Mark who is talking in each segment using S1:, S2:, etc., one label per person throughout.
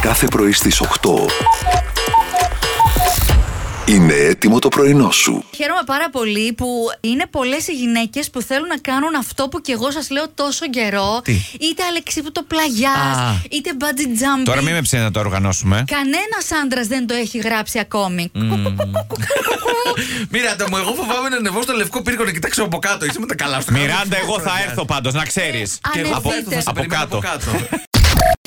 S1: κάθε πρωί στις 8. Είναι έτοιμο το πρωινό σου.
S2: Χαίρομαι πάρα πολύ που είναι πολλές οι γυναίκες που θέλουν να κάνουν αυτό που και εγώ σας λέω τόσο καιρό.
S3: Τι?
S2: Είτε αλεξίπτο πλαγιάς,
S3: Α.
S2: είτε bungee jumping.
S3: Τώρα μην με ψήνει να το οργανώσουμε.
S2: Κανένας άντρας δεν το έχει γράψει ακόμη.
S4: Μοιράτα μου, εγώ φοβάμαι να ανεβώ στο λευκό πύργο να κοιτάξω από κάτω. Είσαι με τα καλά σου.
S3: Μιράντα, εγώ θα έρθω πάντως, να ξέρεις.
S4: Και εγώ θα έρθω,
S2: Ανεβείτε.
S4: θα σε
S3: Από
S4: περιμένω από
S3: κάτω.
S4: κάτω.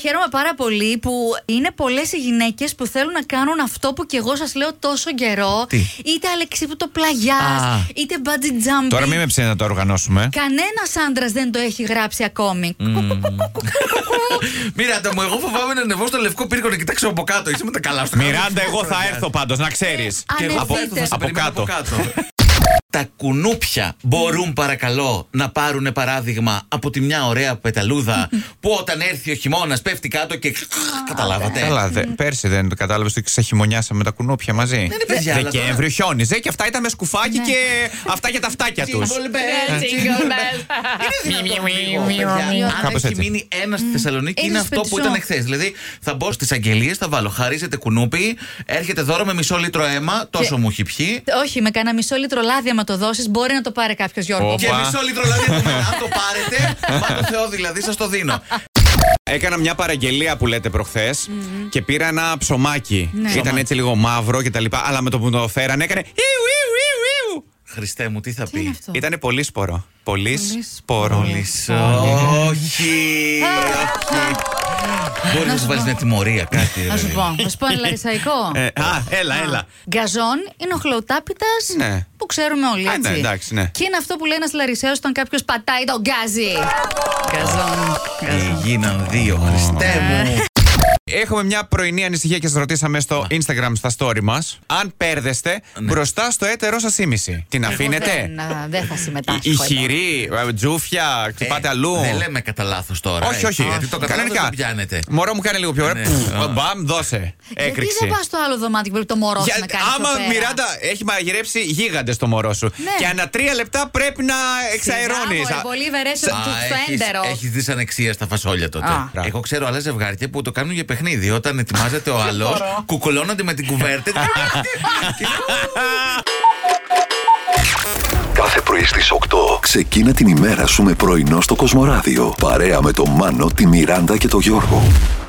S2: Χαίρομαι πάρα πολύ που είναι πολλές οι γυναίκες που θέλουν να κάνουν αυτό που και εγώ σας λέω τόσο καιρό.
S3: Τι?
S2: Είτε αλεξίπτο πλαγιάς,
S3: Α.
S2: είτε bungee jumping.
S3: Τώρα μην με ψήνει να το οργανώσουμε.
S2: Κανένας άντρας δεν το έχει γράψει ακόμη.
S4: Μοιράτα μου, εγώ φοβάμαι να ανεβώ στο λευκό πύργο να κοιτάξω από κάτω. Είσαι με τα καλά σου.
S3: Μιράντα, εγώ θα έρθω πάντως, να ξέρεις.
S4: Και εγώ θα έρθω, θα σε
S3: Από
S4: περιμένω από
S3: κάτω.
S4: κάτω. Τα κουνούπια μπορούν παρακαλώ να πάρουν παράδειγμα από τη μια ωραία πεταλούδα που όταν έρθει ο χειμώνας πέφτει κάτω και. Καταλάβατε.
S3: Ναι. Καλά, δε- πέρσι δεν το κατάλαβες ότι ξεχυμονιάσαμε τα κουνούπια μαζί.
S4: είναι Ναι, παιδιά, αλλά τώρα- Ναι.
S3: Δεκέμβριο χιόνιζε και αυτά ήταν με σκουφάκι και αυτά για τα φτάκια τους.
S4: Jingle bells, jingle bells. Είναι δυνατόν λίγο, παιδιά. Αν
S3: Κάπως
S4: έχει
S3: έτσι.
S4: μείνει ένας στη Θεσσαλονίκη,
S2: Ένας
S4: είναι αυτό που
S2: πετσό.
S4: ήταν εχθές. Δηλαδή, θα μπω στις αγγελίες, θα βάλω χαρίζεται κουνούπι, έρχεται δώρο με μισό λίτρο αίμα, τόσο μου έχει πιει.
S2: Όχι, με κανένα μισό λίτρο λάδι, άμα το δώσεις, μπορεί να το πάρει κάποιος Γιώργο.
S3: Ω.
S4: Και
S3: Οπα.
S4: μισό λίτρο λάδι από μένα. Αν το πάρετε, μα το Θεό δηλαδή, σας το δίνω.
S3: Έκανα μια παραγγελία που λέτε προχθές και πήρα ένα ψωμάκι.
S2: Ναι.
S3: Ήταν έτσι λίγο μαύρο και τα λοιπά, αλλά με το που το φέρανε έκανε. Ιου, ιου, ιου, ιου.
S4: Χριστέ μου, τι θα
S2: Τι είναι
S4: πει.
S2: αυτό?
S3: Ήταν πολύ σπορό. Πολύ σπορό.
S4: Μισό. Όχι. Μπορεί να σου βάλεις μια τιμωρία, κάτι. ρε
S2: Να σου
S4: παιδί.
S2: πω, να σου πω ένα λαρισαϊκό.
S3: Ε, α, έλα, έλα.
S2: Γκαζόν είναι ο χλωτάπητα
S3: Ναι.
S2: που ξέρουμε όλοι.
S3: Α,
S2: Έτσι.
S3: ναι, εντάξει, ναι.
S2: Και είναι αυτό που λέει ένας λαρισαίος όταν κάποιος πατάει τον γκάζι. Γκαζόν.
S4: Ε, Γίναν δύο. Χριστέ μου.
S3: Έχουμε μια πρωινή ανησυχία και σας ρωτήσαμε στο Instagram στα story μας. Αν παίρδεστε μπροστά στο έτερό σας ήμιση, την αφήνετε.
S2: Δεν, α, δεν θα συμμετάσχω.
S3: Η
S2: εδώ.
S3: χειρή, ε, τζούφια, χτυπάτε
S4: Ε,
S3: αλλού.
S4: Δεν λέμε κατά λάθος τώρα.
S3: Όχι,
S4: έτσι,
S3: όχι.
S4: Γιατί το κατά λάθος
S3: Κανονικά.
S4: το πιάνετε.
S3: Μωρό μου κάνει λίγο πιο ωραία.
S4: Ναι.
S3: Πφ,
S4: Α.
S3: Μπαμ, δώσε.
S2: Γιατί
S3: Έκρηξη.
S2: δεν πας στο άλλο δωμάτιο που πρέπει το μωρό σου
S3: Για-
S2: να κάνει.
S3: άμα Μιράντα έχει μαγειρέψει γίγαντες το μωρό σου.
S2: Ναι.
S3: Και ανά τρία λεπτά πρέπει να εξαερώνεις.
S2: Πολύ βερέσαι
S4: Α,
S2: του
S4: έχεις-
S2: φέντερο.
S4: έχεις δει ανεξία στα φασόλια τότε.
S2: Α.
S3: Μπράβο.
S4: Εγώ ξέρω άλλα ζευγάρια που το κάνουν για παιχνίδι. Όταν ετοιμάζεται ο άλλος, κουκουλώνονται με την κουβέρτα.
S1: Κάθε πρωί στις 8. Ξεκίνα την ημέρα σου με πρωινό στο Κοσμοράδιο. Παρέα με τον Μάνο, τη Μιράντα και τον Γιώργο.